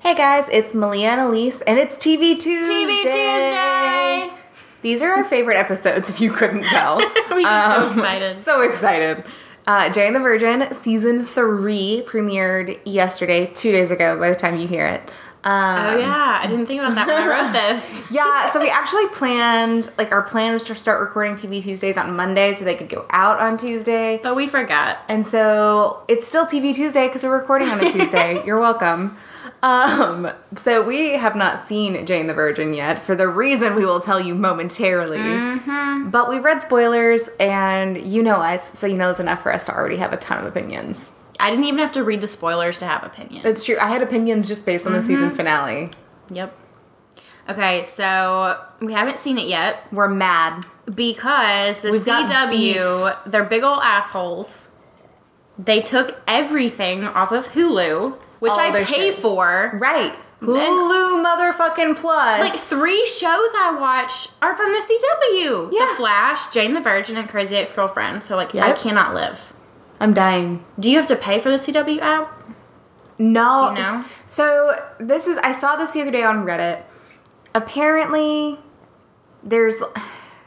Hey guys, it's Malia and Elise, and it's TV Tuesday. TV Tuesday. These are our favorite episodes, if you couldn't tell. Um, We get so excited. So excited. Uh, Jane the Virgin season three premiered yesterday, two days ago. By the time you hear it, um, Oh yeah, I didn't think about that when I wrote this. yeah. So we actually planned, like, our plan was to start recording TV Tuesdays on Monday, so they could go out on Tuesday. But we forgot. And so it's still TV Tuesday because we're recording on a Tuesday. You're welcome. Um, so we have not seen Jane the Virgin yet for the reason we will tell you momentarily. But we've read spoilers and you know us, so you know it's enough for us to already have a ton of opinions. I didn't even have to read the spoilers to have opinions. That's true. I had opinions just based on the season finale. Yep. Okay, so we haven't seen it yet We're mad. because the We've got CW, they're big old assholes. They took everything off of Hulu, which All I their pay shit. for. Right. Hulu motherfucking plus. Like three shows I watch are from the CW. Yeah. The Flash, Jane the Virgin, and Crazy Ex-Girlfriend. So like I Yep. cannot live. I'm dying. Do you have to pay for the CW app? No. Do you know? So this is I saw this the other day on Reddit. Apparently there's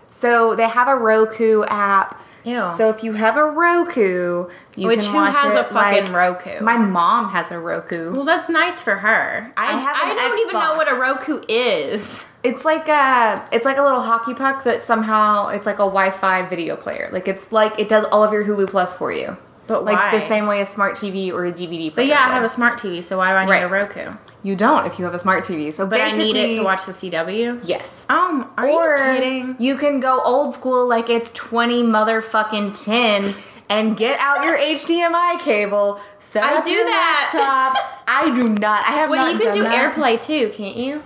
so they have a Roku app. Ew. So if you have a Roku, you Which can who watch has it, a fucking like- Roku? My mom has a Roku. well, that's nice for her. I, I have I an don't even know what a Xbox. Roku is. It's like a it's like a little hockey puck that somehow it's like a Wi-Fi video player. Like it's like it does all of your Hulu Plus for you. But like the why? same way a smart TV or a DVD player. But yeah, I have a smart TV, so why do I need a Right. Roku? You don't if you have a smart TV. So But I need it basically- to watch the CW. Yes. Um, are or you kidding? you can go old school like it's 20 motherfucking 10 and get out your HDMI cable. Set I up do your that. Laptop. I do not. I have Well, not you can done do that. AirPlay too, can't you?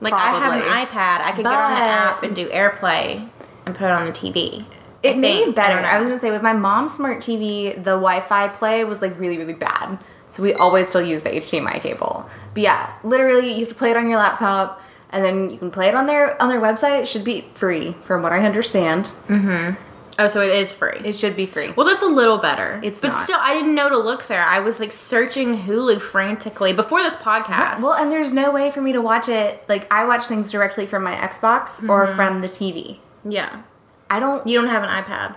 Like I have an Probably. iPad, I could get on the But- app and do AirPlay and put it on the TV. It may be think. I better. don't know. I was gonna say with my mom's smart TV, the Wi-Fi play was like really really bad, so we always still use the HDMI cable. But yeah, literally you have to play it on your laptop, and then you can play it on their on their website. It should be free, from what I understand. Oh, so it is free. It should be free. Well, that's a little better. It's but not. still, I didn't know to look there. I was like searching Hulu frantically before this podcast. Well, and there's no way for me to watch it. Like I watch things directly from my Xbox or Mm-hmm. from the TV. yeah, I don't. you don't have an iPad.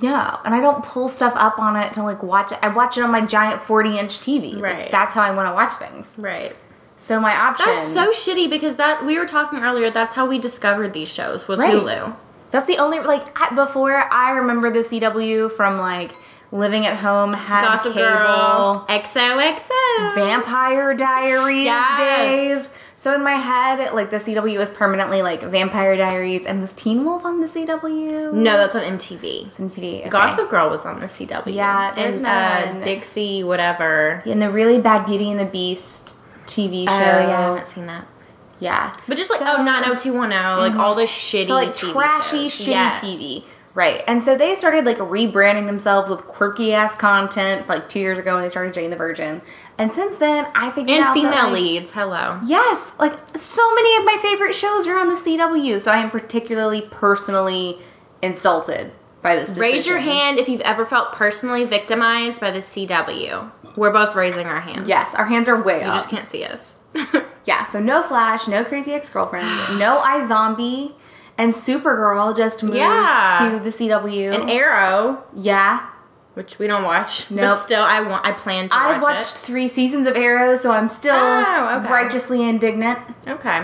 Yeah, and I don't pull stuff up on it to like watch it. I watch it on my giant 40 inch TV. Like, Right. that's how I want to watch things. Right. So my option. That's so shitty because that we were talking earlier. That's how we discovered these shows was Right. Hulu. That's the only like I, before I remember the CW from like living at home, had Gossip cable, Girl, XOXO. Vampire Diaries Yes. days. So in my head, like the CW was permanently like Vampire Diaries, and was Teen Wolf on the CW? no, that's on MTV. Some TV. okay. Gossip Girl was on the CW. Yeah, there's and none. uh, Dixie, whatever. And the really bad Beauty and the Beast TV show. Oh yeah, I haven't seen that. Yeah. But just like So- Mm-hmm. oh, not 00210, like all the shitty, So like TV trashy, shows. shitty Yes. TV. Right. And so they started like rebranding themselves with quirky ass content like two years ago when they started Jane the Virgin. And since then, I figured and out that, female like- leads. Hello. Yes, like so many of my favorite shows are on the CW. So I am particularly personally insulted by this. Decision. Raise your hand if you've ever felt personally victimized by the CW. We're both raising our hands. Yes, our hands are way You up. just can't see us. Yeah, so no Flash, no Crazy Ex-Girlfriend, no I Zombie, and Supergirl just moved Yeah. to the CW. An Arrow, yeah, which we don't watch. But Nope. still, I want. I plan to I watch watched three seasons of Arrow, so I'm still Oh, okay. righteously indignant. it. Okay.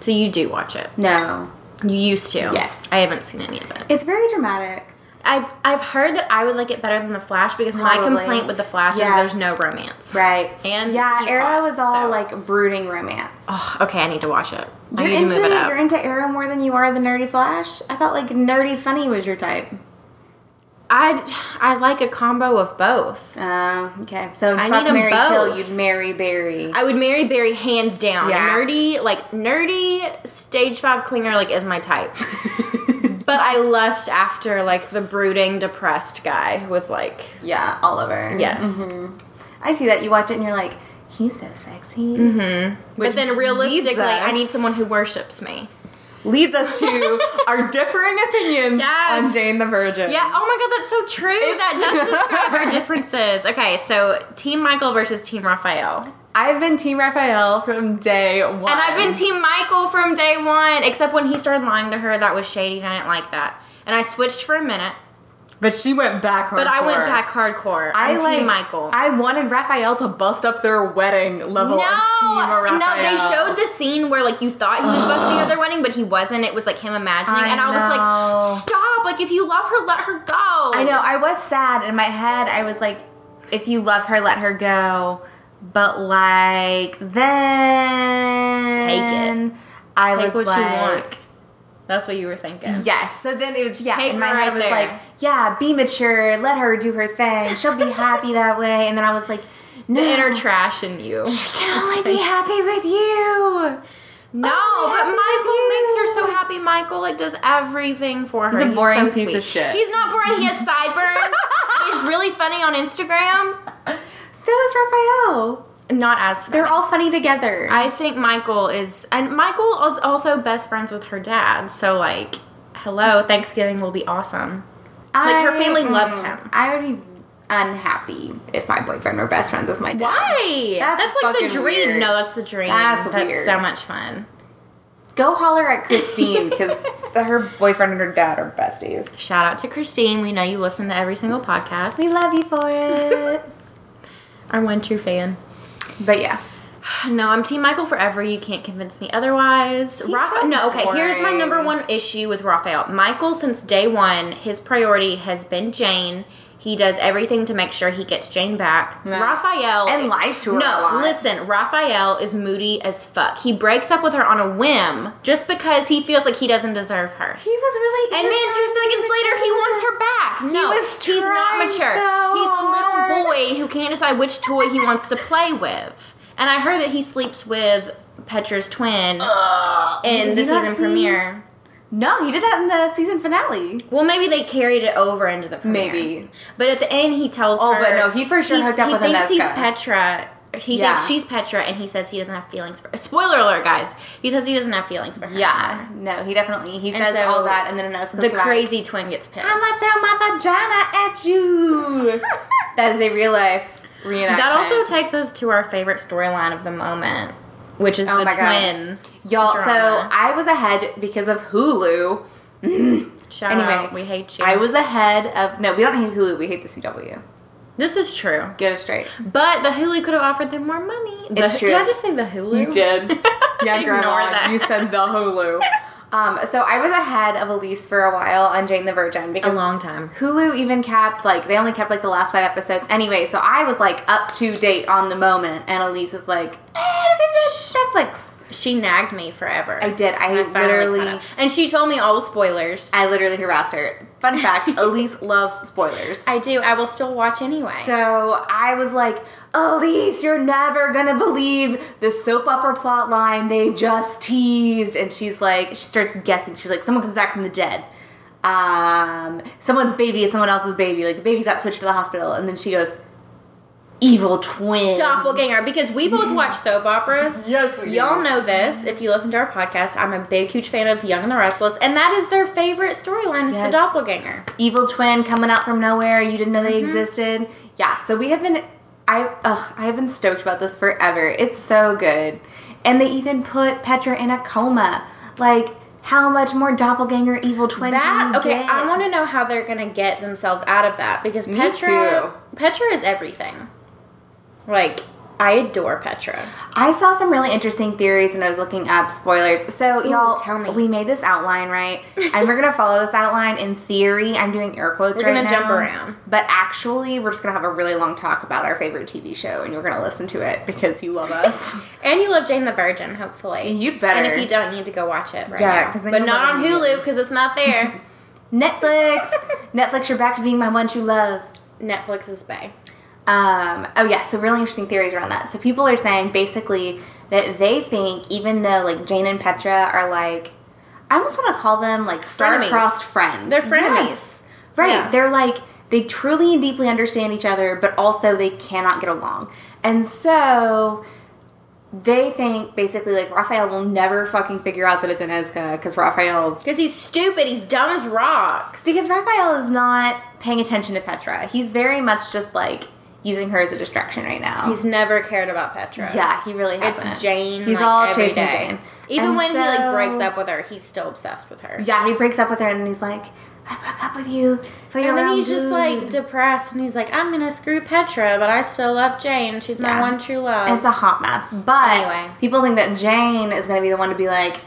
So you do watch it. No, You used to. Yes. I haven't seen any of it. it's very dramatic. I've I've heard that I would like it better than the Flash because my Probably. complaint with the Flash Yes. is there's no romance. Right, And yeah, he's Arrow hot, is all so- like brooding romance. Ugh, okay, I need to watch it. I You're need into to move it you're up. into Arrow more than you are the nerdy Flash. I thought like nerdy funny was your type. I I like a combo of both. Uh, okay, so I fuck need 'em Mary Kill, both. you'd marry Barry. I would marry Barry hands down. Yeah. Nerdy, like nerdy stage five clinger, like is my type. but I lust after like the brooding, depressed guy with like yeah, Oliver. yes. I see that you watch it and you're like, he's so sexy. Mm-hmm. But then realistically, leads I us- need someone who worships me. Leads us to our differing opinions Yes. on Jane the Virgin. Yeah. Oh my God, that's so true. that does describe our differences. Okay, so Team Michael versus Team Raphael. I've been Team Raphael from day one. And I've been Team Michael from day one, except when he started lying to her, that was shady, and I didn't like that. And I switched for a minute, But she went back hardcore. but I went back hardcore. I I'm like Team Michael. I wanted Raphael to bust up their wedding level of Team no, Raphael. no, they showed the scene where like you thought he was busting up their wedding, but he wasn't. It was like him imagining, I and I was know. like, "Stop! Like if you love her, let her go." I know. I was sad in my head. I was like, if you love her, let her go. But like then Take it. I Take was what you like, want. That's what you were thinking. yes. So then it was yeah. take in my her head right I was there. like, yeah, be mature. Let her do her thing. She'll be happy that way. And then I was like, no, The inner trash in you. she can only be happy with you. No, Oh, but happy Michael with makes her you. so happy. Michael like does everything for her. a He's boring so piece sweet. of shit. He's not boring. He has sideburns. He's really funny on Instagram. So is Raphael. Not as They're funny. all funny together. I think Michael is, and Michael is also best friends with her dad. So like, hello, Thanksgiving will be awesome. Like, her family loves him. I would be unhappy if my boyfriend were best friends with my dad. Why? That's That's, like the fucking dream. weird. No, that's the dream. That's weird. so much fun. Go holler at Christine because her boyfriend and her dad are besties. Shout out to Christine. We know you listen to every single podcast. We love you for it. Our one true fan. but yeah, No, I'm Team Michael forever. You can't convince me otherwise. Raphael. so no, okay. Here's my boring. number one issue with Raphael. Michael, since day one, his priority has been Jane. He does everything to make sure he gets Jane back. Yeah. Raphael And lies to her No, a lot. listen. Raphael is moody as fuck. He breaks up with her on a whim just because he feels like he doesn't deserve her. he was really. And then two seconds later, he wants her back. No, was he's not trying mature. so he's a little hard. boy who can't decide which toy he wants to play with. And I heard that he sleeps with Petra's twin in Uh, Have the you not season seen- premiere. No, he did that in the season finale. Well, maybe they carried it over into the premiere. Maybe. But at the end, he tells Oh, her. but no, he for sure hooked up he with thinks he's Inesca. Petra. He Yeah. thinks she's Petra, and he says he doesn't have feelings for. Spoiler alert, guys! He says he doesn't have feelings for her. Yeah, no, he definitely he And says so all that, and then another the crazy twin gets pissed. I'm gonna throw my vagina at you. that is a real life reenactment. That also takes us to our favorite storyline of the moment, which is Oh the my God. twin. y'all. drama. So I was ahead because of Hulu. Shout Anyway, out, we hate you. I was ahead of no, we don't hate Hulu. We hate the CW. this is true, Get it straight. but the Hulu could have offered them more money. The- It's true. Did I just say the Hulu? yeah, Ignore grandma. that. You said the Hulu. Um, so I was ahead of Elise for a while on Jane the Virgin a because long time. Hulu even kept like they only kept like the last five episodes anyway. So I was like up to date on the moment, and Elise is like, eh, it's Netflix. She nagged me forever. I did. I, I finally literally, caught up. and she told me all the spoilers. I, I literally harassed her. Fun fact: Elise loves spoilers. do. I will still watch anyway. So I was like, Elise, you're never gonna believe the soap opera plot line they just teased. And she's like, she starts guessing. She's like, someone comes back from the dead. Um, someone's baby is someone else's baby. Like the baby's got switched to the hospital. And then she goes, evil twin. Doppelganger, because we both watch soap operas. Yes, we do. Y'all know this if you listen to our podcast. I'm a big, huge fan of Young and the Restless, and that is their favorite storyline is the Yes. doppelganger. Evil twin coming out from nowhere. You didn't know they Mm-hmm. existed. Yeah. So we have been, I, ugh, I have been stoked about this forever. It's so good. And they even put Petra in a coma. Like, how much more doppelganger evil twin? That can you okay, get? I want to know how they're gonna get themselves out of that because Me Petra, Petra is everything. Like I adore Petra. I saw some really interesting theories when I was looking up spoilers. So, Ooh, y'all, tell me. we made this outline, right? and we're gonna follow this outline in theory. I'm doing air quotes We're right gonna jump now. around. But actually, we're just gonna have a really long talk about our favorite TV show, and you're gonna listen to it because you love us. And you love Jane the Virgin, hopefully. You better. And if you don't, you need to go watch it right Yeah, now. 'cause then but you'll not love on it Hulu immediately. because it's not there. Netflix, Netflix, you're back to being my one true love. Netflix is bay. Um, oh yeah, so really interesting theories around that. So people are saying basically that they think even though like Jane and Petra are like, I almost want to call them like star-crossed friends. They're frenemies. Yes. right? Yeah. They're like they truly and deeply understand each other, but also they cannot get along, and so. They think basically like Raphael will never fucking figure out that it's Inezka because Raphael's Because he's stupid. He's dumb as rocks. Because Raphael is not paying attention to Petra. He's very much just like using her as a distraction right now. He's never cared about Petra. yeah, he really It's hasn't. Jane. He's like, all every chasing day. Jane. Even And when he so- like breaks up with her, he's still obsessed with her. Yeah, he breaks up with her and then he's like, I broke up with you. for your And then wrong he's just dude." like depressed, and he's like, "I'm gonna screw Petra, but I still love Jane. She's my Yeah. one true love." It's a hot mess. But Anyway. people think that Jane is going to be the one to be like,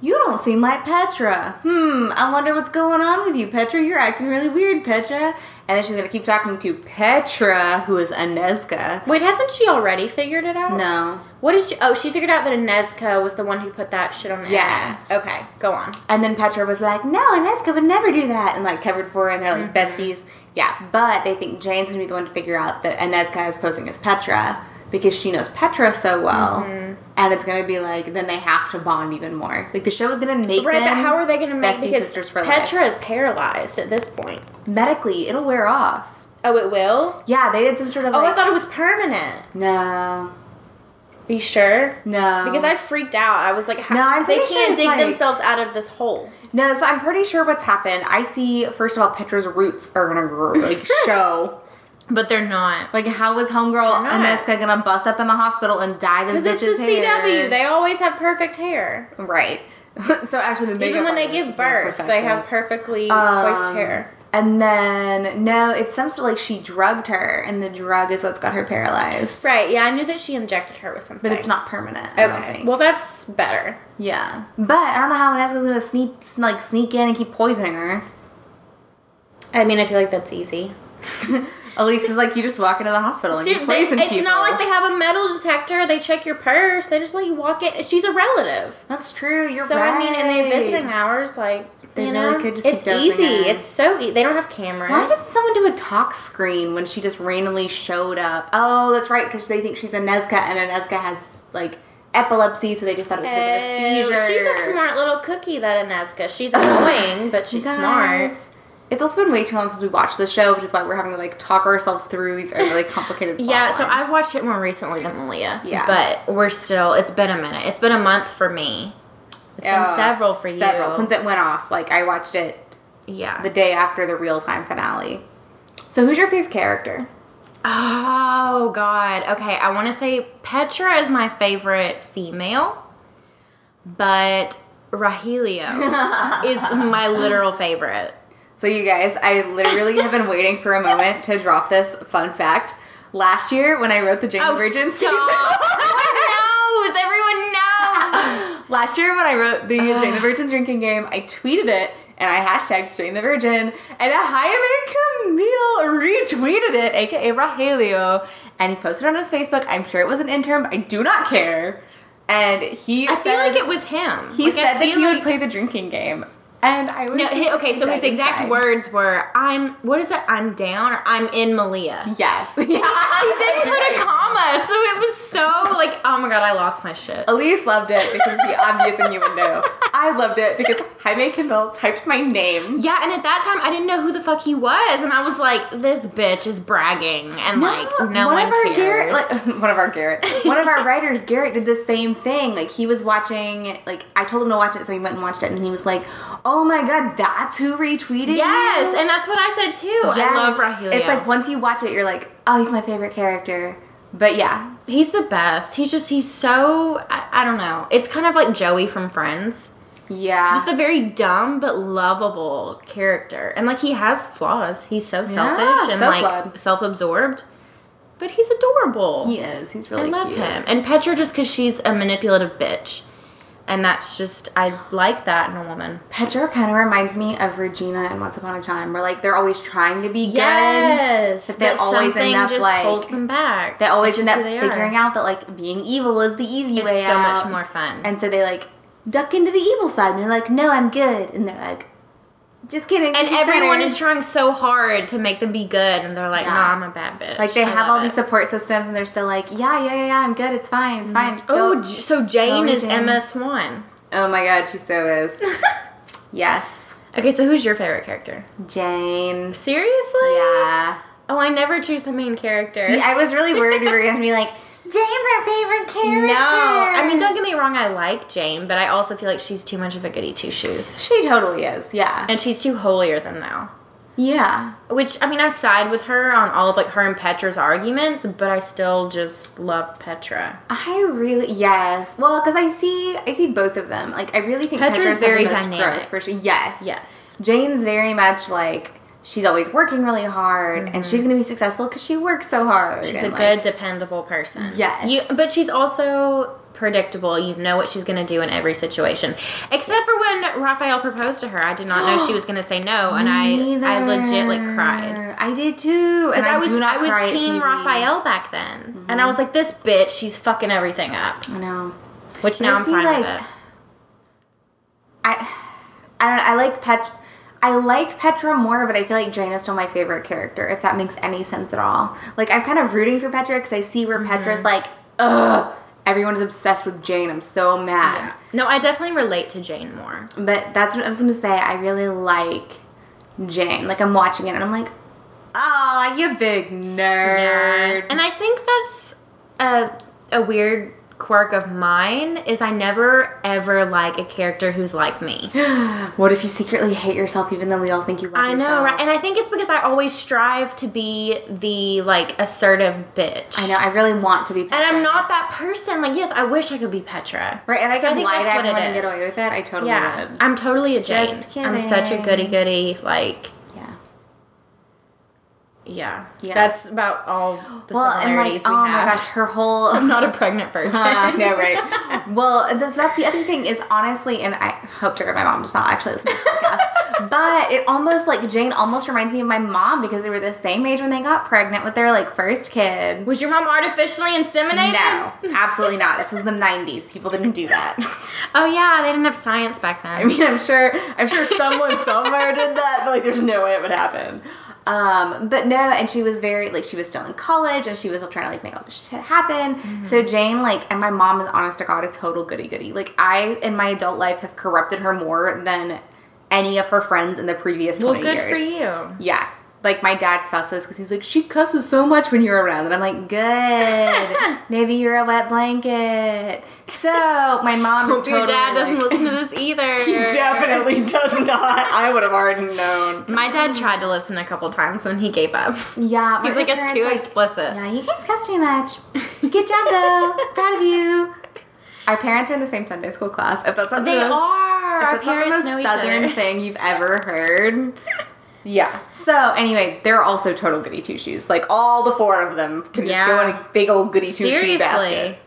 You don't seem like Petra. Hmm, I wonder what's going on with you, Petra. You're acting really weird, Petra. And then she's going to keep talking to Petra, who is Inezka. Wait, hasn't she already figured it out? No. What did she? Oh, she figured out that Inezca was the one who put that shit on the Yes. internet. Okay, go on. And then Petra was like, No, Inezka would never do that. And like covered for her and they're like Mm-hmm. besties. Yeah, but they think Jane's going to be the one to figure out that Inezka is posing as Petra. Because she knows Petra so well, Mm-hmm. and it's gonna be like then they have to bond even more. Like the show is gonna make Right, but them- how are they going to make bestie because sisters for life. Petra is paralyzed at this point? medically it'll wear off Oh, it will. yeah they did some sort of Oh, I like- thought it was permanent. no Are you sure? no Because I freaked out. I was like, how, No, I'm they pretty sure can't it's dig like- themselves out of this hole. no so i'm pretty sure what's happened i see first of all petra's roots are gonna grow like show But they're not. like how was homegirl They're not. Aneska gonna bust up in the hospital and dye this Because it's bitch's the hair? CW. They always have perfect hair. right so actually the makeup Even when they artist is give gonna birth, perfect they it. have perfectly coiffed Um, hair. and then no it's some sort of like she drugged her and the drug is what's got her paralyzed Right, yeah, I knew that she injected her with something. but it's not permanent I don't Okay. think. Well, that's better. Yeah, but I don't know how Vanessa's gonna sneak, sn- like sneak in and keep poisoning her. I mean, I feel like that's easy. Elise is like, you just walk into the hospital and Dude, you they- poison it's people. not like they have a metal detector. They check your purse. They just let you walk in. She's a relative. That's true. You're so right. I mean, and they visiting hours, like They you really know, could just keep it's dosing easy. her. It's so e- they don't have cameras. Why did someone do a talk screen when she just randomly showed up? Oh, that's right, because they think she's a Nezca, and a Nezca has like epilepsy, so they just thought it was because of Oh, a she's seizure. a smart little cookie, that Ineska. She's annoying, but she's smart. Guys, It's also been way too long since we watched the show, which is why we're having to like talk ourselves through these really complicated. plot Yeah, so lines. I've watched it more recently than Malia. Yeah. But we're still, it's been a minute. It's been a month for me. It's Yeah. been several for you. several since it went off. Like I watched it yeah. the day after the real time finale. So who's your favorite character? oh, God. Okay, I want to say Petra is my favorite female, but Rahelio is my literal favorite. So you guys, I literally have been waiting for a moment to drop this fun fact. Last year when I wrote the Jane Oh, Virgin stop. Everyone knows. Everyone knows. season, last year when I wrote the Jane the Virgin drinking game, I tweeted it and I hashtagged Jane the Virgin and Jaime Camille retweeted it, aka Rogelio, and he posted it on his Facebook. I'm sure it was an interim. I do not care. And he I feel said- like it was him. He Like, said I that feel he would like- play the drinking game, and I was No, he, okay, so his dead exact inside. words were, "I'm what is it? I'm down or I'm in Malia." Yes, he He did didn't put a comma, so it was so like, oh my god, I lost my shit. Elise loved it because of the obvious innuendo. I loved it because Jaime Camille typed my name. Yeah, and at that time, I didn't know who the fuck he was, and I was like, this bitch is bragging, and like, no one, of our cares. Garrett, like, one of our Garrett, one of our writers, Garrett did the same thing. Like he was watching, like I told him to watch it, so he went and watched it, and he was like, "Oh my god, that's who retweeted." yes, you? and that's what I said too. I Yes. love Rahelia. It's like once you watch it, you're like, "Oh, he's my favorite character." But yeah, he's the best. He's just he's so I, I don't know. It's kind of like Joey from Friends. yeah, just a very dumb but lovable character. And like he has flaws. He's so selfish and so like flawed. self-absorbed, but he's adorable. He is. He's I really love cute. him. And Petra just cuz she's a manipulative bitch. And that's just I like that in a woman. Petra kind of reminds me of Regina in Once Upon a Time, where like they're always trying to be good. Yes. But they always something end up, just like- holds them back. They always end That's up just who they figuring are. out that like being evil is the easy way it's so out. much more fun. And so they like duck into the evil side, and they're like, "No, I'm good," and they're like, "Just kidding." and he's everyone better." is trying so hard to make them be good, and they're like, Yeah. "Nah, I'm a bad bitch." like they I have love all it. these support systems, and they're still like, "Yeah, yeah, yeah, yeah, I'm good. It's fine. It's fine." Oh, Go." J- so Jane Go, is Jane. Emma Swan. oh my God, she so is. yes, Okay, so who's your favorite character? Jane. Seriously? Yeah. Oh, I never choose the main character. See, I was really worried we were gonna be like, Jane's our favorite character. no, I mean, don't get me wrong. I like Jane, but I also feel like she's too much of a goody two shoes, She totally is, yeah. and she's too holier than thou. Yeah. Which I mean, I side with her on all of like her and Petra's arguments, but I still just love Petra. I really yes. Well, because I see I see both of them. Like I really think Petra's Petra's, had very the most dynamic. growth for sure. Yes, Yes. Jane's very much like she's always working really hard, and she's gonna be successful because she works so hard. Mm-hmm. She's a and, good, like, dependable person. Yes. You, but she's also predictable. You know what she's going to do in every situation. Except for when Raphael proposed to her. I did not know she was going to say no, and I, I legit like cried. Neither. I did too. Because And I, was do not I cry was at Mm-hmm. Team TV. Raphael back then, and I was like, "This bitch, she's fucking everything up." I know. Which But now I I'm see, fine with like, it. I I don't. I like Pet. I like Petra more, but I feel like Drain is still my favorite character. If that makes any sense at all. Like I'm kind of rooting for Petra because I see where Mm-hmm. Petra's like, ugh, everyone is obsessed with Jane. I'm so mad. No, I definitely relate to Jane more. But that's what I was gonna say. I really like Jane. Like I'm watching it and I'm like, oh, you big nerd. And I think that's a a weird quirk of mine is I never ever like a character who's like me. what if you secretly hate yourself, even though we all think you love I yourself? know, right? And I think it's because I always strive to be the like assertive bitch. I know. I really want to be. And Petra. I'm not that person. Like, yes, I wish I could be Petra. Right, and I So I can think lie that's to what it everyone and get is. away with it. I totally Yeah. would. I'm totally a Jane. Just I'm such a kidding. goody goody, like Yeah. yeah. Yeah. That's about all the similarities oh we my have. gosh, her whole. I'm not a pregnant virgin. I know, right? Well, this, that's the other thing is honestly, and I hope to God my mom does not actually listen to this podcast, but it almost like Jane almost reminds me of my mom because they were the same age when they got pregnant with their like first kid. Was your mom artificially inseminated? No, absolutely not. This was the '90s. People didn't do that. Oh yeah, they didn't have science back then. I mean, I'm sure, I'm sure someone somewhere did that, but like, there's no way it would happen. Um, but no, and she was very like she was still in college and she was still trying to like make all this shit happen. Mm-hmm. So Jane, like, and my mom is honest to God a total goody goody. Like I in my adult life have corrupted her more than any of her friends in the previous well, 20 good years. for you. Yeah. Like my dad fusses because he's like, she cusses so much when you're around, and I'm like, good. Maybe you're a wet blanket. So my mom is Hope your totally, dad doesn't like- listen to this either. he definitely does not. I would have already known. My dad tried to listen a couple times and he gave up. Yeah, He's like, it's too explicit. yeah, you guys cuss too much. Good job though. Proud of you. Our parents are in the same Sunday school class. If that's not They the most, are. if Our that's not the parents most know each southern other. thing you've ever heard. Yeah. So anyway, they're also total goody two shoes. Like all the four of them could just go in Yeah. a big old goody two shoe basket. Seriously.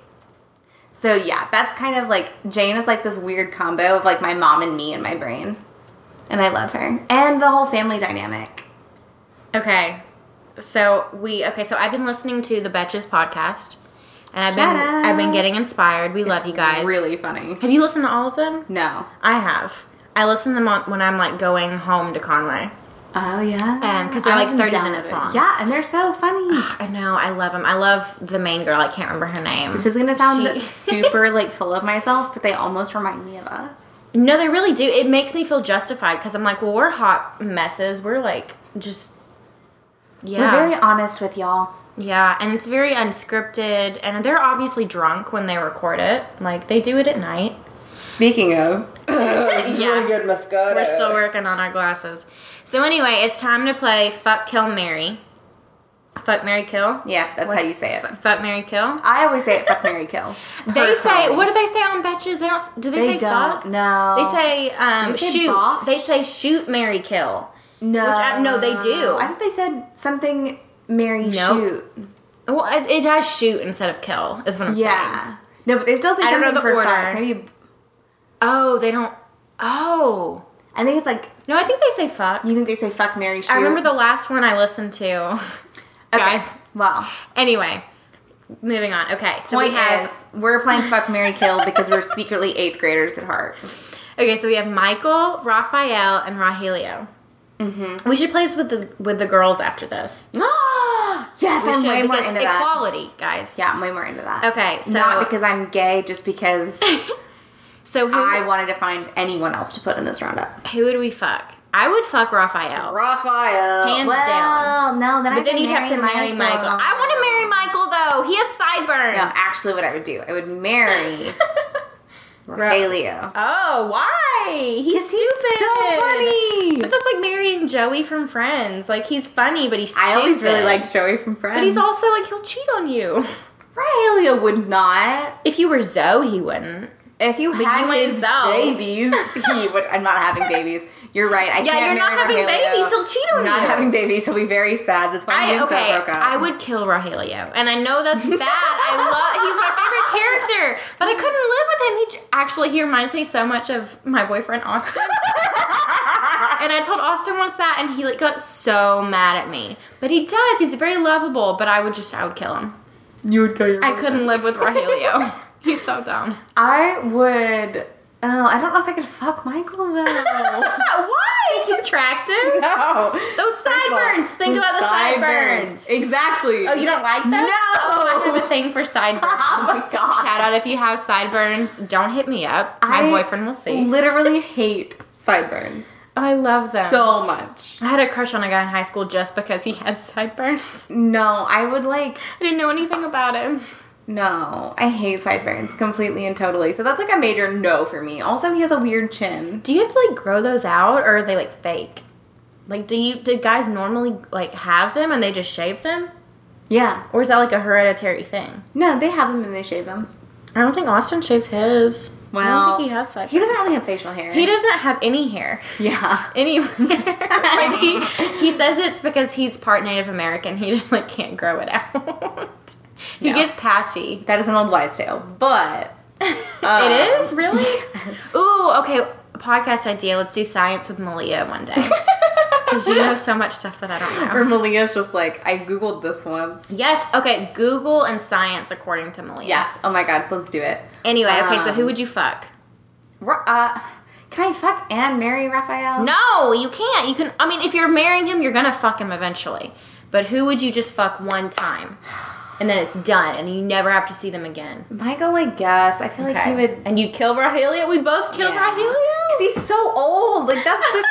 So yeah, that's kind of like Jane is like this weird combo of like my mom and me in my brain. And I love her. And the whole family dynamic. Okay. So we okay, so I've been listening to the Betches podcast. And I've Shout been I've been out. getting inspired. We love you guys. Really funny. Have you listened to all of them? No. I have. I listen to them on, when I'm like going home to Conway. Oh yeah. Um, 'cause they're, like, I'm 30 down minutes with it. long. Yeah, and they're so funny. I know. I love them. I love the main girl. I can't remember her name. this is gonna sound She- super like full of myself, but they almost remind me of us. no, they really do. It makes me feel justified because I'm like, well, we're hot messes. We're like just yeah, We're very honest with y'all. yeah, and it's very unscripted. And they're obviously drunk when they record it. Like they do it at night. Speaking of, is Yeah. really good mascara. We're still working on our glasses. So anyway, it's time to play fuck kill Mary. Fuck Mary kill. yeah. That's What's- how you say it. F- fuck Mary kill. I always say it. Fuck Mary Kill. They say Personally. what do they say on Betches? They don't. Do they, They say don't. fuck? No. They say um They say shoot. boff. They say shoot Mary kill. no. which I- no, they do. I think they said something. Mary Nope. shoot. Well, it, it has shoot instead of kill is what I'm saying. Yeah. No, but they still say I don't know something the for order. fuck. Maybe. Oh, they don't. Oh. I think it's like No, I think they say fuck. you think they say fuck Mary shoot. I remember the last one I listened to. okay. guys. Wow. Anyway, moving on. Okay, so point we have is, we're playing fuck Mary Kill because we're secretly eighth graders at heart. okay, so we have Michael, Raphael, and Rahelio. Mm-hmm. We should play this with the with the girls after this. yes, We I'm should way more because into that. equality, guys. Yeah, I'm way more into that. Okay, so Not because I'm gay, just because so who I wanted to find anyone else to put in this roundup. who would we fuck? I would fuck Raphael. Raphael, Hands well, down. No, then But then you'd have to marry Michael. I want to marry Michael though. He has sideburns. No, actually, what I would do, I would marry Rogelio. Oh, why? He's Because stupid. he's so funny. But that's like marrying Joey from Friends. Like he's funny, but he's stupid. I always really liked Joey from Friends. But he's also like he'll cheat on you. Rogelio would not. If you were Zoe, he wouldn't. If you But had you his ain't Zoe. babies, he would. I'm not having babies. You're right. I Yeah, can't you're not marry having Rogelio. babies. He'll cheat on I'm not you. having babies. He'll be very sad. That's why I, I and Zoe okay. broke up. I would kill Rogelio, and I know that's bad. I love he's my favorite character, but I couldn't live with him. He j- actually he reminds me so much of my boyfriend Austin. and I told Austin once that, and he like got so mad at me. But he does. He's very lovable. But I would just I would kill him. You would kill your. Oh, I couldn't live with Rogelio. he's so dumb. I would. Oh, I don't know if I could fuck Michael though. Why? He's attractive. Oh. no. Those sideburns. Think about the sideburns. Exactly. Oh, you don't like those? No. Oh, I have a thing for sideburns. Oh my God. Shout out if you have sideburns. Don't hit me up. My I boyfriend will see. Oh, literally hate sideburns I love them. so much. I had a crush on a guy in high school just because he had sideburns. No, I would like I didn't know anything about him. no. I hate sideburns completely and totally. So that's like a major no for me. Also, he has a weird chin. Do you have to like grow those out or are they like fake? Like do you do guys normally like have them and they just shave them? Yeah. Or is that like a hereditary thing? No, they have them and they shave them. I don't think Austin shaves his. I Well, don't think he has sideburns. He doesn't really have facial hair. He doesn't have any hair. Yeah. anywhere. like he, he says it's because he's part Native American. He just like can't grow it out. he No. gets patchy. That is an old wives' tale, but it is really. Ooh, okay. Podcast idea. Let's do science with Malia one day because you know so much stuff that I don't Or know. Malia's just like, I googled this once. Yes. Okay. Google and science according to Malia. Yes. Oh my god, let's do it. Anyway. Okay. so Um, who would you fuck? Ra- Uh, can I fuck and marry Raphael? No, you can't. You can. I mean, if you're marrying him, you're gonna fuck him eventually. But who would you just fuck one time, and then it's done, and you never have to see them again? Michael, I guess. I feel like he would. And you kill Rogelio? We both killed Yeah. Because Rogelio? he's so old. Like, that's the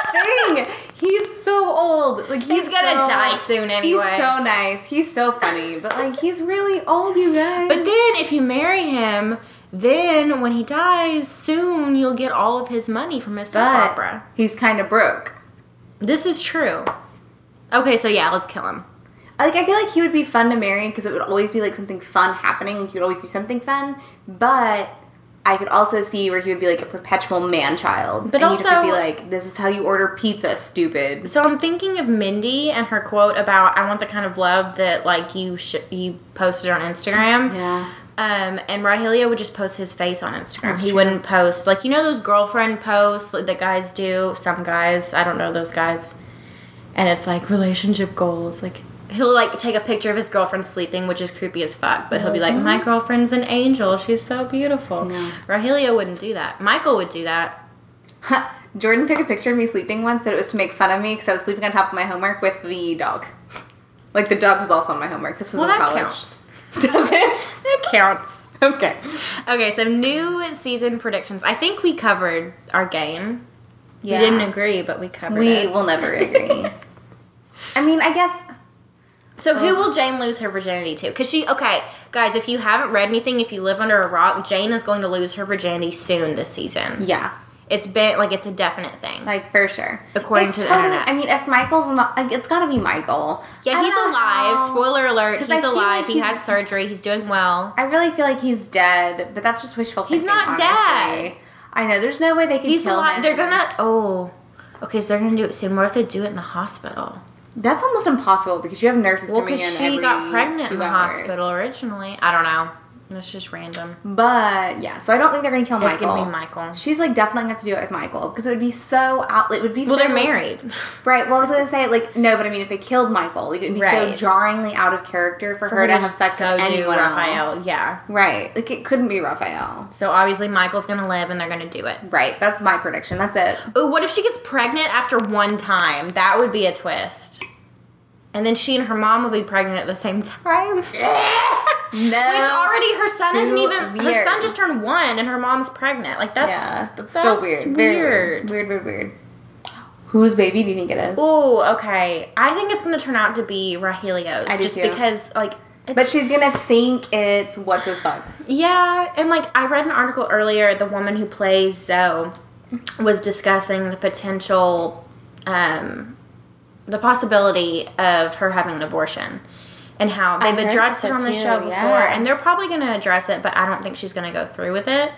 thing. He's so old. Like, he's, He's gonna so- die soon anyway. He's so nice. He's so funny. But, like, he's really old, you guys. But then if you marry him, then when he dies soon, you'll get all of his money from his soap But opera. he's kind of broke. This is true. Okay, so yeah, let's kill him. Like, I feel like he would be fun to marry because it would always be, like, something fun happening. Like, you would always do something fun. But. I could also see where he would be like a perpetual man child. But and he'd have to also- be like, this is how you order pizza, stupid. So I'm thinking of Mindy and her quote about I want the kind of love that like you sh- you posted on Instagram. Yeah. Um, and Rogelio would just post his face on Instagram. he wouldn't post like you know those girlfriend posts that guys do. Some guys, I don't know those guys, and it's like relationship goals. Like he'll like take a picture of his girlfriend sleeping, which is creepy as fuck. But he'll be like, Mm-hmm. "My girlfriend's an angel. She's so beautiful." Rogelio wouldn't do that. Michael would do that. Jordan took a picture of me sleeping once, but it was to make fun of me because I was sleeping on top of my homework with the dog. Like the dog was also on my homework. This was Well, in that college. counts. Does it? That counts. Okay. Okay, so new season predictions. I think we covered our game. Yeah. We didn't agree, but we covered We it. will never agree. I mean, I guess So who will Jane lose her virginity to? Because she, okay, guys, if you haven't read anything, if you live under a rock, Jane is going to lose her virginity soon this season. yeah, It's been like it's a definite thing. like for sure. According It's to the totally- internet. I mean, if Michael's not, like, it's got to be Michael. yeah, I he's don't alive. know. Spoiler alert, 'Cause he's I feel alive. like he had he's- surgery. He's doing well. I really feel like he's dead, but that's just wishful thinking. He's not dead. honestly. I know. There's no way they can He's kill alive. him. They're gonna. Oh, okay. So they're gonna do it soon. What if they do it in the hospital? That's almost impossible because you have nurses Well, coming in because she every got pregnant two in the hours. hospital originally. I don't know. That's just random. But yeah, so I don't think they're gonna kill It's Michael. gonna be Michael. She's like definitely gonna have to do it with Michael because it would be so out. It would be Well, so, they're married. right? Well, I was gonna say like no, but I mean if they killed Michael, like, it would be so Right. jarringly out of character for, her to have Just sex with go do anyone Raphael. else. Yeah. Right? Like it couldn't be Raphael. So obviously Michael's gonna live, and they're gonna do it. Right? That's my prediction. That's it. Ooh, what if she gets pregnant after one time? That would be a twist. And then she and her mom will be pregnant at the same time. Which No, already her son isn't Too even her weird. son just turned one and her mom's pregnant. Like that's yeah, that's that's still weird. Very Weird. weird, weird, weird. Whose baby do you think it is? Oh, okay. I think it's gonna turn out to be Rogelio's, I do just too. because like It's- But she's gonna think it's what's his fucks. Yeah, and like I read an article earlier, the woman who plays Zoe was discussing the potential, um, the possibility of her having an abortion, and how they've heard addressed it that on the too, show before, yeah. and they're probably going to address it, but I don't think she's going to go through with it.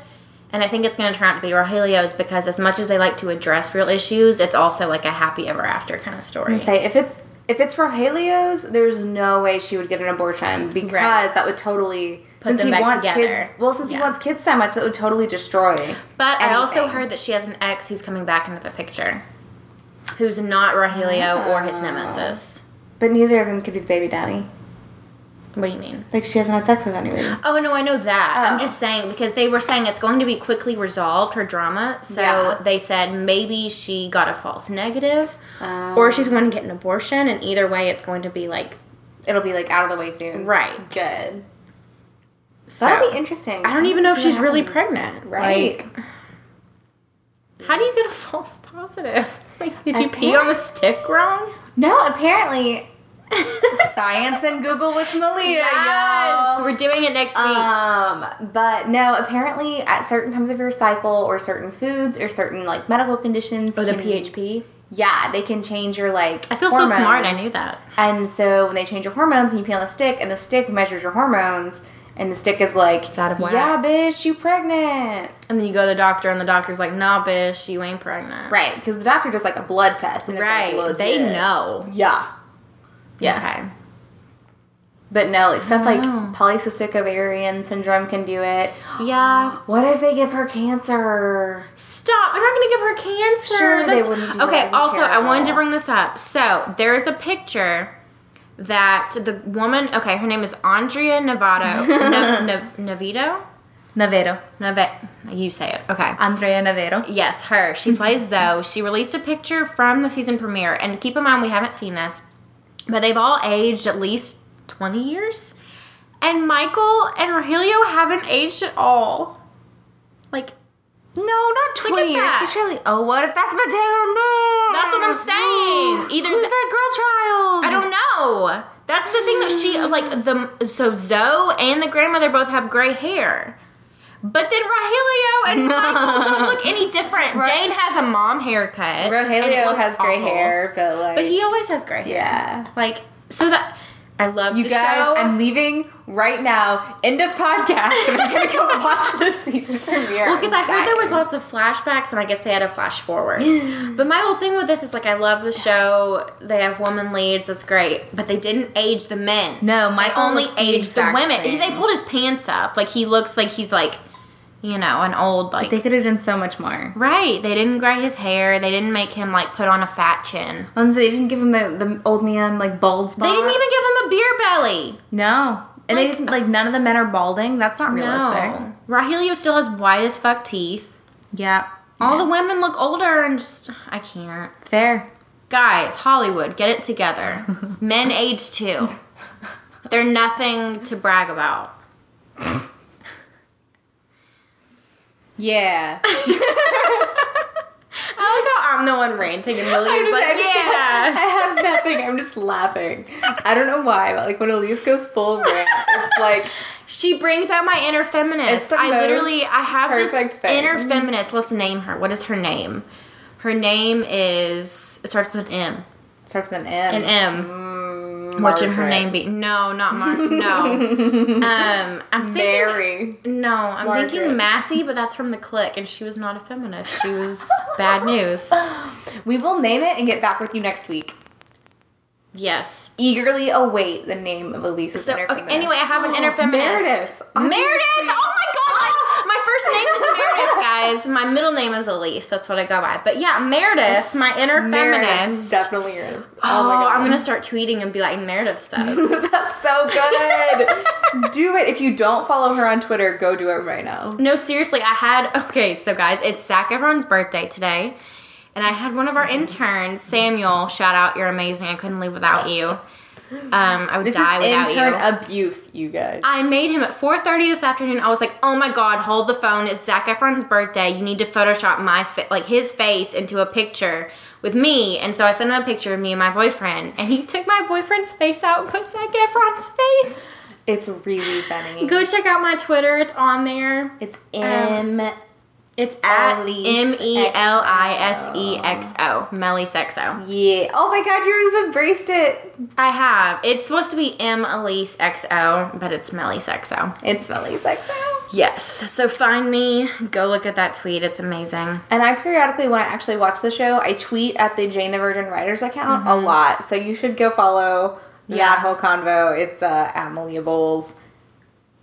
And I think it's going to turn out to be Rogelio's because as much as they like to address real issues, it's also like a happy ever after kind of story. Say if it's if it's Rogelio's, there's no way she would get an abortion because Right. that would totally Put since them he back wants together. kids. Well, since Yeah. he wants kids so much, that would totally destroy. But I also anything. heard that she has an ex who's coming back into the picture, who's not Rogelio or his nemesis. But neither of them could be the baby daddy. What do you mean? Like she hasn't had sex with anyone. Oh no, I know that. I'm Oh. just saying because they were saying it's going to be quickly resolved her drama. So Yeah. they said maybe she got a false negative, or she's going to get an abortion, and either way, it's going to be like It'll be like out of the way soon. right. Good. So That'd be interesting. I don't even know if See what she's really happens. pregnant. Right. Like, how do you get a false positive? Like, did you pee Apparently- on the stick wrong? No, apparently science and Google with Malia. y'all. We're doing it next week. Um, but no, apparently at certain times of your cycle or certain foods or certain like medical conditions or the can- PHP. Yeah, they can change your like I feel so smart. I knew that. And so when they change your hormones and you pee on the stick and the stick measures your hormones and the stick is like out of whack. Yeah, bitch, you pregnant. And then you go to the doctor, and the doctor's like, "Nah, bitch, you ain't pregnant." Right, because the doctor does like a blood test and it's Right. like, they legit. know. Yeah. Yeah. Okay. But no, like stuff like Oh. polycystic ovarian syndrome can do it. Yeah. What if they give her cancer? Stop. They're not going to give her cancer. Sure, they That's- wouldn't do that. okay, That'd be also, I wanted to terrible. bring this up. So, there is a picture that the woman, okay, her name is Andrea Novato. Navito? Navedo. Nave- you say it. Okay. Andrea Navedo. Yes, her. Mm-hmm. She plays Zoe. She released a picture from the season premiere. And keep in mind, we haven't seen this, but they've all aged at least 20 years. And Michael and Rogelio haven't aged at all. Like, No, not Look at 20 years. that. 'cause Surely. Oh, what if that's Mateo? No. that's what I'm saying. Either Who's that girl child? I don't know. That's the thing that Mm. she, like, the so Zoe and the grandmother both have gray hair. But then Rogelio and Michael don't look any different. Jane has a mom haircut. and it Rogelio looks has gray awful. hair, but like. But he always has gray hair. yeah. Like so that I love You the guys, show. I'm leaving right now. End of podcast. and I'm gonna go watch the season premiere. well, because I I'm heard there was dying. lots of flashbacks, and I guess they had a flash forward. but my whole thing with this is like, I love the show. They have women leads. That's great, but they didn't age the men. No, they Michael only looks the aged the, exact women. same. They pulled his pants up. Like he looks like he's like, you know, an old like. They could have done so much more. Right, they didn't gray his hair. They didn't make him like put on a fat chin. Honestly, they didn't give him the, the old man like bald spot. They didn't even give him a beer belly. No. And they Like- didn't like none of the men are balding. That's not realistic. No, Rogelio still has white as fuck teeth. Yeah. All the women look older and just I can't. Fair. Guys, Hollywood, get it together. Men age too. They're nothing to brag about. Yeah. I like how I'm the one ranting and Lily is like, I yeah. have nothing. I'm just laughing. I don't know why, but like when Elise goes full rant, it's like She brings out my inner feminist. It's the I most literally I have this perfect thing. inner feminist. Let's name her. What is her name? Her name is it starts with an M. starts with an An M. M. Mm, What should her name be? No, not Mark. No. um, I'm thinking Mary. No, I'm thinking Margaret. Massey, but that's from the clique, and she was not a feminist. She was bad news. We will name it and get back with you next week. Yes. Eagerly await the name of Elise's So inner okay, feminist. anyway, I have an inner feminist. Meredith. Meredith! Oh my god! My first name is Meredith, guys. My middle name is Elise. That's what I go by. But yeah, Meredith, my inner Meredith, feminist. Oh, Definitely your. Oh, I'm gonna start tweeting and be like Meredith says. That's so good. do it. If you don't follow her on Twitter, go do it right now. No, seriously, I had okay, so guys, it's Zach Efron's birthday today. And I had one of our interns, Samuel, shout out, you're amazing. I couldn't live without you. Um, I would This die is without intern you. abuse, you guys. I made him at 4:30 this afternoon. I was like, "Oh my god, hold the phone. It's Zach Efron's birthday. You need to Photoshop my fa- like his face into a picture with me." And so I sent him a picture of me and my boyfriend, and he took my boyfriend's face out and put Zach Efron's face. It's really funny. Go check out my Twitter. It's on there. It's M. It's at Elise M E L I S E X O. Melly Sexo. yeah. Oh my God, you even embraced it. I have. It's supposed to be M Elise XO, but it's Melly Sexo. It's Melly Sexo. Yes. So find me. Go look at that tweet. It's amazing. And I periodically, when I actually watch the show, I tweet at the Jane the Virgin Writers account a lot. So you should go follow Mm-hmm. Yeah. that whole convo. It's uh, at Malia Bowles.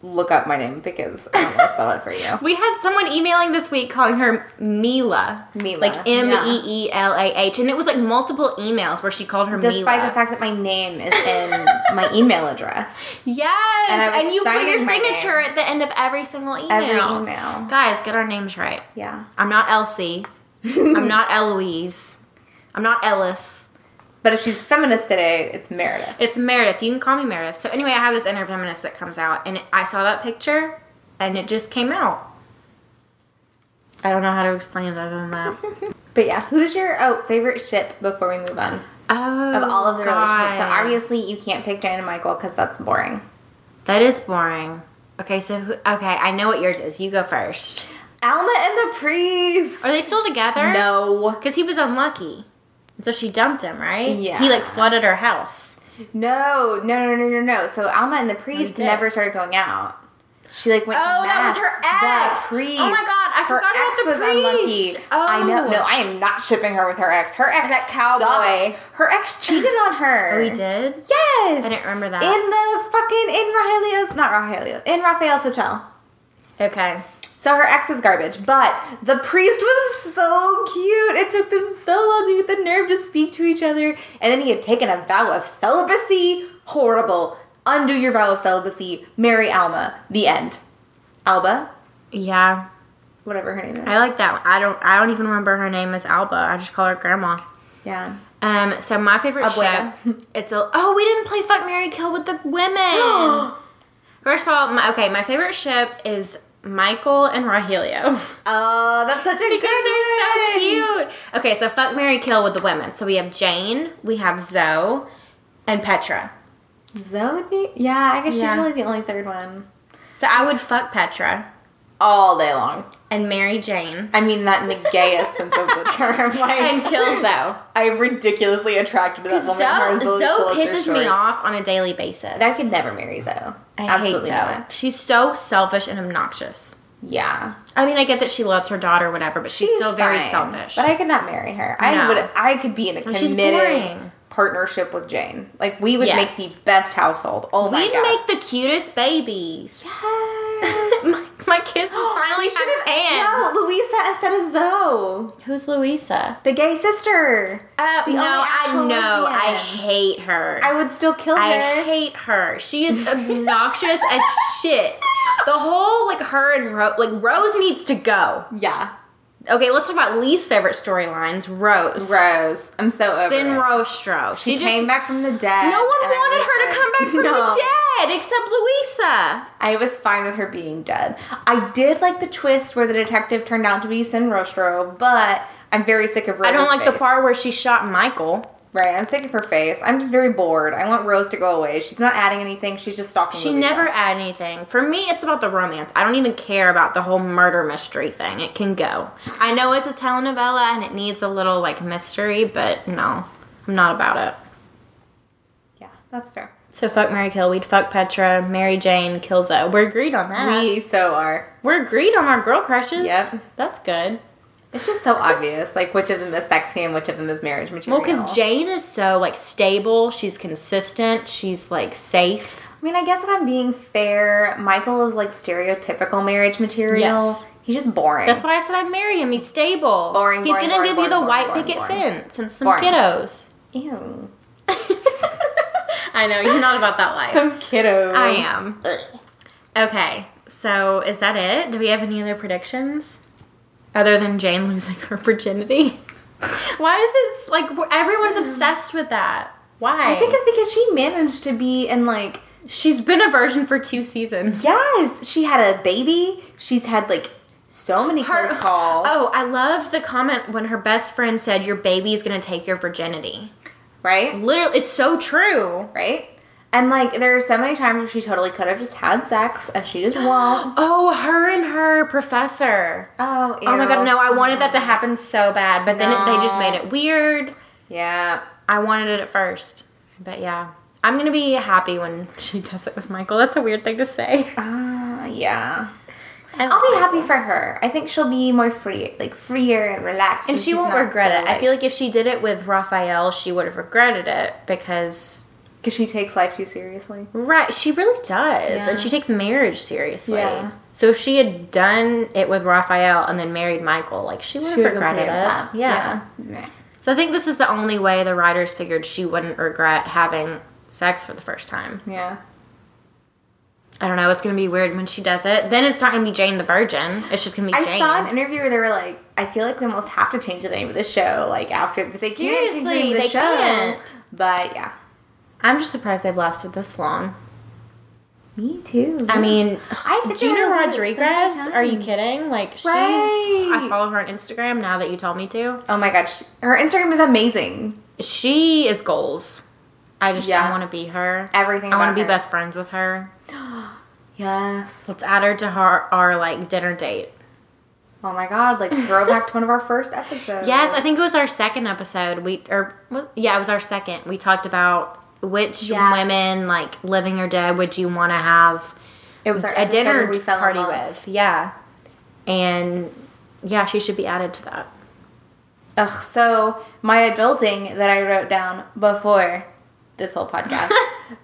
Look up my name because I don't want to spell it for you. We had someone emailing this week calling her Mila. Mila, Like yeah. M E E L A H. And it was like multiple emails where she called her Mila. Despite the fact that my name is in my email address. Yes. And I was And, you put your signing my signature name. at the end of every single email. Every email. Guys, get our names right. Yeah. I'm not Elsie. I'm not Eloise. I'm not Ellis. But if she's feminist today, it's Meredith. It's Meredith. You can call me Meredith. So anyway, I have this interfeminist that comes out, and I saw that picture, and it just came out. I don't know how to explain it other than that. But yeah, who's your oh favorite ship before we move on Oh, of all of the relationships? So God. obviously you can't pick Jane and Michael because that's boring. that is boring. Okay, so who, okay, I know what yours is. You go first. Alma and the priest. Are they still together? No, because he was unlucky, And so she dumped him, right? Yeah. He like flooded her house. no, no, no, no, no, no. So Alma and the priest did. never started going out. She like went. to Oh, that mass. was her ex. The priest. Oh my God, I her forgot about ex the was priest. unlucky. I know. Oh. No, I am not shipping her with her ex. Her ex That cowboy. sucks. Her ex cheated on her. Oh, he did. Yes. I didn't remember that. In the fucking in Rahelio's not Rahelio in Raphael's hotel. okay. So her ex is garbage, but the priest was so cute. It took them so long to get the nerve to speak to each other. And then he had taken a vow of celibacy. Horrible. Undo your vow of celibacy. Marry Alma. The end. Alba, Yeah. whatever her name is. I like that. One. I don't. I don't even remember her name as Alba. I just call her Grandma. Yeah. Um. So my favorite Abuela. show. It's a. Oh, we didn't play Fuck Mary Kill with the women. First of all, my, okay. My favorite ship is Michael and Rogelio Oh, that's such a because good they're so one. cute. Okay, so Fuck Mary Kill with the women. So we have Jane, we have Zoe, and Petra. Zoe would be. Yeah, I guess Yeah. she's really the only third one. So I would fuck Petra All day long. and marry Jane I mean that in the gayest sense of the term. Like and kill Zoe. I'm ridiculously attracted to that woman. Her Zoe, is Lily Zoe Pulitzer pisses shorts. me off on a daily basis. I could never marry Zoe. I Absolutely hate Zoe. not. She's so selfish and obnoxious. Yeah, I mean, I get that she loves her daughter, whatever, but she's, still very fine, selfish. But I could not marry her. I No. would. I could be in a she's committed boring. partnership with Jane. Like we would Yes. make the best household. Oh my We'd god. make the cutest babies. my, my kids will finally We should have have- tans. No, Louisa instead of Zoe, Who's Louisa? the gay sister. Uh, The no, only I actual know. I lesbian. hate her. I would still kill her. I hate her. She is obnoxious as shit. The whole like her and Rose, like Rose needs to go. yeah, Okay, let's talk about least favorite storylines. Rose. Rose. I'm so over Sin it. Rostro. She, She, just came back from the dead. No one and I wanted was her to like- come back from No. the dead except Louisa. I was fine with her being dead. I did like the twist where the detective turned out to be Sin Rostro, but Oh, I'm very sick of Rose. I don't like the part where she shot Michael. Right, I'm sick of her face. I'm just very bored. I want Rose to go away. She's not adding anything. She's just stalking. She Louisa. never added anything. For me, it's about the romance. I don't even care about the whole murder mystery thing. It can go. I know it's a telenovela and it needs a little like mystery, but no, I'm not about it. Yeah, that's fair. So fuck Mary Kill. We'd fuck Petra, Mary Jane, kill Zoe. We're agreed on that. We so are. We- are agreed on our girl crushes. Yep. that's good. It's just so obvious. Like which of them is sexy and which of them is marriage material. Well, because Jane is so like stable. She's consistent. She's like safe. I mean, I guess if I'm being fair, Michael is like stereotypical marriage material. Yes. He's just boring. That's why I said I'd marry him. He's stable. Boring, He's boring, gonna boring, give boring, you the boring, white boring, picket boring. fence and some Boring. kiddos. ew. I know you're not about that life. Some kiddos. I am. Okay, so is that it? Do we have any other predictions other than Jane losing her virginity? Why is it like we're- everyone's obsessed with that? Why? Hmm. I think it's because she managed to be in like she's been a virgin for two seasons. Yes, she had a baby. She's had like so many Her- close calls. Oh, I loved the comment when her best friend said, "Your baby is gonna take your virginity." right, Literally, it's so true. right. And like there are so many times where she totally could have just had sex and she just won't. Oh, her and her professor. Oh, Oh my god, no, I wanted that to happen so bad, but then it, they just No. made it weird. Yeah. I wanted it at first. But yeah. I'm gonna be happy when she does it with Michael. That's a weird thing to say. Uh, yeah. I don't I'll be like happy for her. I think she'll be more free, like freer and relaxed. And when she she's won't not regret so, it. I feel like if she did it with Raphael, she would have regretted it because because she takes life too seriously. right, she really does, Yeah. and she takes marriage seriously. Yeah. So if she had done it with Raphael and then married Michael, like she would have She would have regretted been it. pretty upset. yeah. Yeah. So I think this is the only way the writers figured she wouldn't regret having sex for the first time. Yeah. I don't know. It's gonna be weird when she does it. Then it's not gonna be Jane the Virgin. It's just gonna be I Jane. saw an interview where they were like, I feel like we almost have to change the name of the show, like after but they can't change the name of the Seriously, they show. can't. But yeah. I'm just surprised they've lasted this long. Me too. I mean, I think they Gina were so many Rodriguez? Are you times. kidding? Like she's. Right. I follow her on Instagram now that you told me to. Oh my gosh. Her Instagram is amazing. She is goals. I just Yeah. I want to be her. Everything I want about to be her. best friends with her. Yes. Let's add her to her our like dinner date. Oh my god, like throwback to one of our first episodes. Yes, I think it was our second episode. We or what- yeah, it was our second. We talked about which Yes. women, like living or dead, would you want to have it was our a dinner we fell party in love. with? Yeah, and yeah, she should be added to that. Ugh, so my adulting that I wrote down before this whole podcast,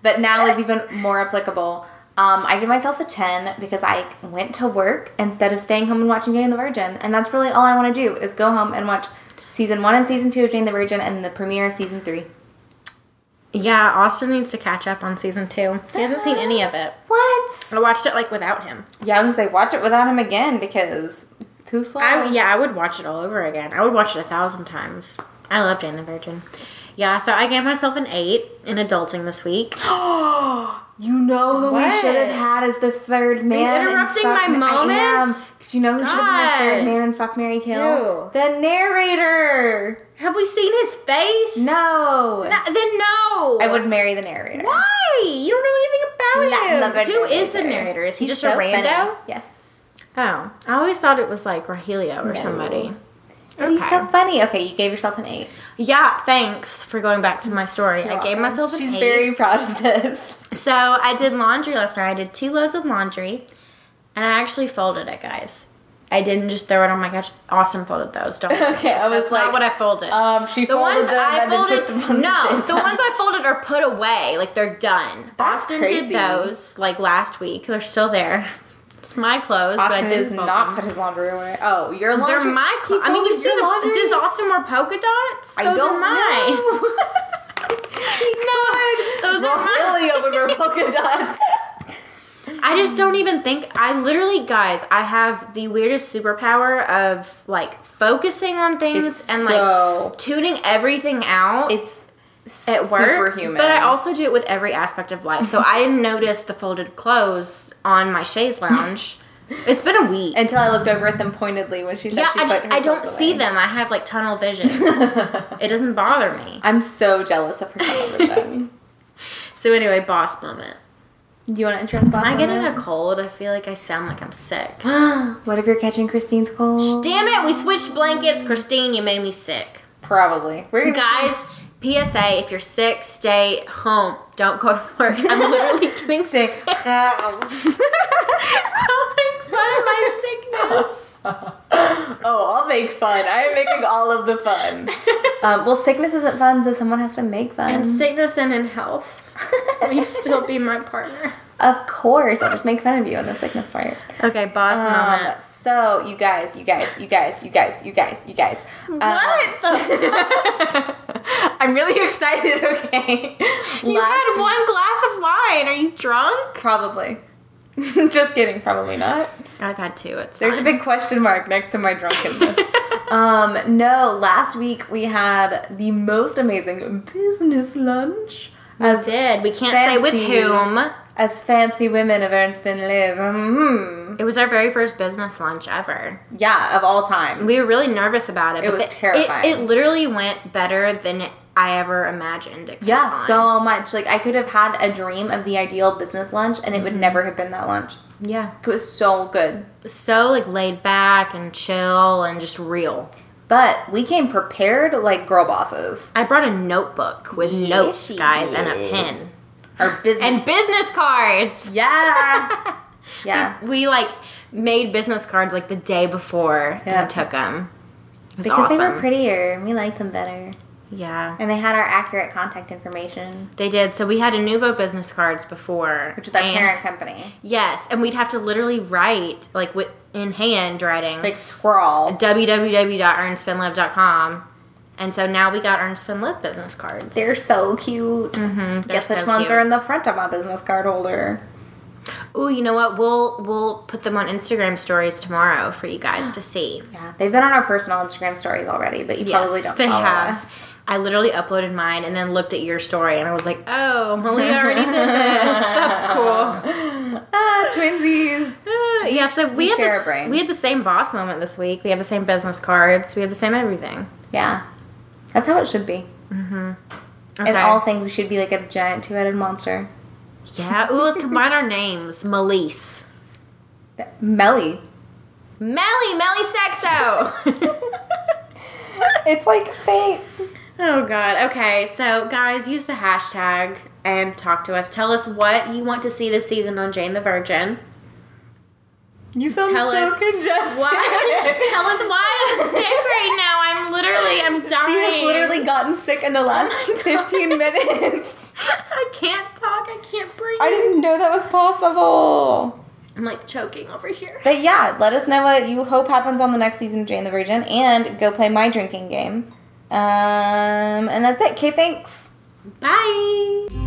but now is even more applicable. Um, I give myself a 10 because I went to work instead of staying home and watching Jane the Virgin. And that's really all I want to do is go home and watch season one and season two of Jane the Virgin and the premiere of season three. Yeah, Austin needs to catch up on season two. He hasn't seen any of it. I What? watched it like without him. Yeah, I was going to say, watch it without him again because too slow. I yeah, I would watch it all over again. I would watch it a thousand times. I love Jane the Virgin. Yeah, so I gave myself an eight in adulting this week. You know who we What? should have had as the third man. in interrupting my Fuck- I am. moment? You know who should have been the God. third man in Fuck Mary Kill? Ew. The narrator. Have we seen his face? No. No, then no. I would marry the narrator. Why? You don't know anything Not about the him. Who is the narrator? Is he He's just so a funny. rando? Yes. Oh, I always thought it was like Rogelio or No. somebody. But He's so funny. Okay, you gave yourself an eight. Yeah, thanks for going back to my story. I gave welcome. myself an She's eight. very proud of this. So I did laundry last night. I did two loads of laundry, and I actually folded it, guys. I didn't just throw it on my couch. Austin folded those. Don't. worry, Okay, guys. I was That's not like, what I folded. Um, she the folded ones them I and then put folded, them on the no, shit the ones I side. folded are put away. Like they're done. That's Austin did crazy. those like last week. They're still there. It's my clothes, but I Austin didn't does fold not them. put his laundry away. Oh, your laundry. They're my He clothes. I mean, you folded see your the laundry? does Austin wear polka dots? I those don't are mine. no, those are mine. would wear polka dots. I just Um, don't even think. I literally, guys, I have the weirdest superpower of like focusing on things It's and so- like tuning everything out. It's at work, superhuman. but I also do it with every aspect of life. So I didn't notice the folded clothes on my chaise lounge. it's been a week. until I looked over at them pointedly when she said yeah, she I, put just, her I don't clothes see away. them. I have like tunnel vision. it doesn't bother me. I'm so jealous of her television. So anyway, boss moment. Do you want to intro the boss? Am I getting a moment? cold? I feel like I sound like I'm sick. what if you're catching Christine's cold? Damn it, we switched blankets. Christine, you made me sick. Probably. We're gonna Guys, PSA, if you're sick, stay home. Don't go to work. I'm literally getting sick. sick. Don't make fun of my sickness. oh, I'll make fun. I am making all of the fun. Um, well, sickness isn't fun, so someone has to make fun. In sickness and in health, will you still be my partner? of course, I'll just make fun of you on the sickness part. Okay, boss Um, moment. so you guys, you guys, you guys, you guys, you guys, you guys. Um, What the? I'm really excited. Okay. you had one glass of wine. Are you drunk? Probably. Just kidding. Probably not. I've had two. It's There's a big question mark next to my drunkenness. um, no, last week we had the most amazing business lunch. As did. We can't say with Fancy. whom. as fancy women of Ernstman live. Mhm. It was our very first business lunch ever. Yeah, of all time. We were really nervous about it. It but was the- terrifying. It, it literally went better than I ever imagined. It could've Yeah, gone. so much. Like I could have had a dream of the ideal business lunch, and it would never have been that lunch. yeah, It was so good, so like laid back and chill and just real. but we came prepared like girl bosses I brought a notebook with Yes, notes, she guys, and a did. pen or business. and business cards. yeah, yeah. We like made business cards like the day before Yeah. and took them. It was Because awesome. they were prettier, and we liked them better, Yeah, and they had our accurate contact information, they did. So we had a Nuvo business cards before, which is our and- parent company. Yes, and we'd have to literally write like with in hand writing Like scrawl. www.earnspendlive.com. And so now we got Earn Spend Live business cards. Mm-hmm. They're so cute. They're Guess so which ones cute. are in the front of my business card holder? Ooh, you know what? We'll we'll put them on Instagram stories tomorrow for you guys to see. Yeah, they've been on our personal Instagram stories already, but you probably don't. they follow have. us. I literally uploaded mine and then looked at your story and I was like, "Oh, Malia already did this. That's cool." Ah, Ah, twinsies. yeah, so we, we had share a this, brain. we had the same boss moment this week. We have the same business cards. We have the same everything. Yeah, that's how it should be. Okay. In all things, we should be like a giant two-headed monster. yeah. Ooh, let's combine our names. Malise. Melly. Melly, Melly Sexo. It's like fate. oh god. Okay, so guys, use the hashtag and talk to us. Tell us what you want to see this season on Jane the Virgin. You sound Tell so us congested. Why? Tell us why I'm sick right now. I'm literally, I'm She dying. has literally gotten sick in the Oh last 15 minutes. I can't talk. I can't breathe. I didn't know that was possible. I'm like choking over here. But yeah, let us know what you hope happens on the next season of Jane the Virgin and go play my drinking game. Um, and that's it. Okay, thanks. Bye.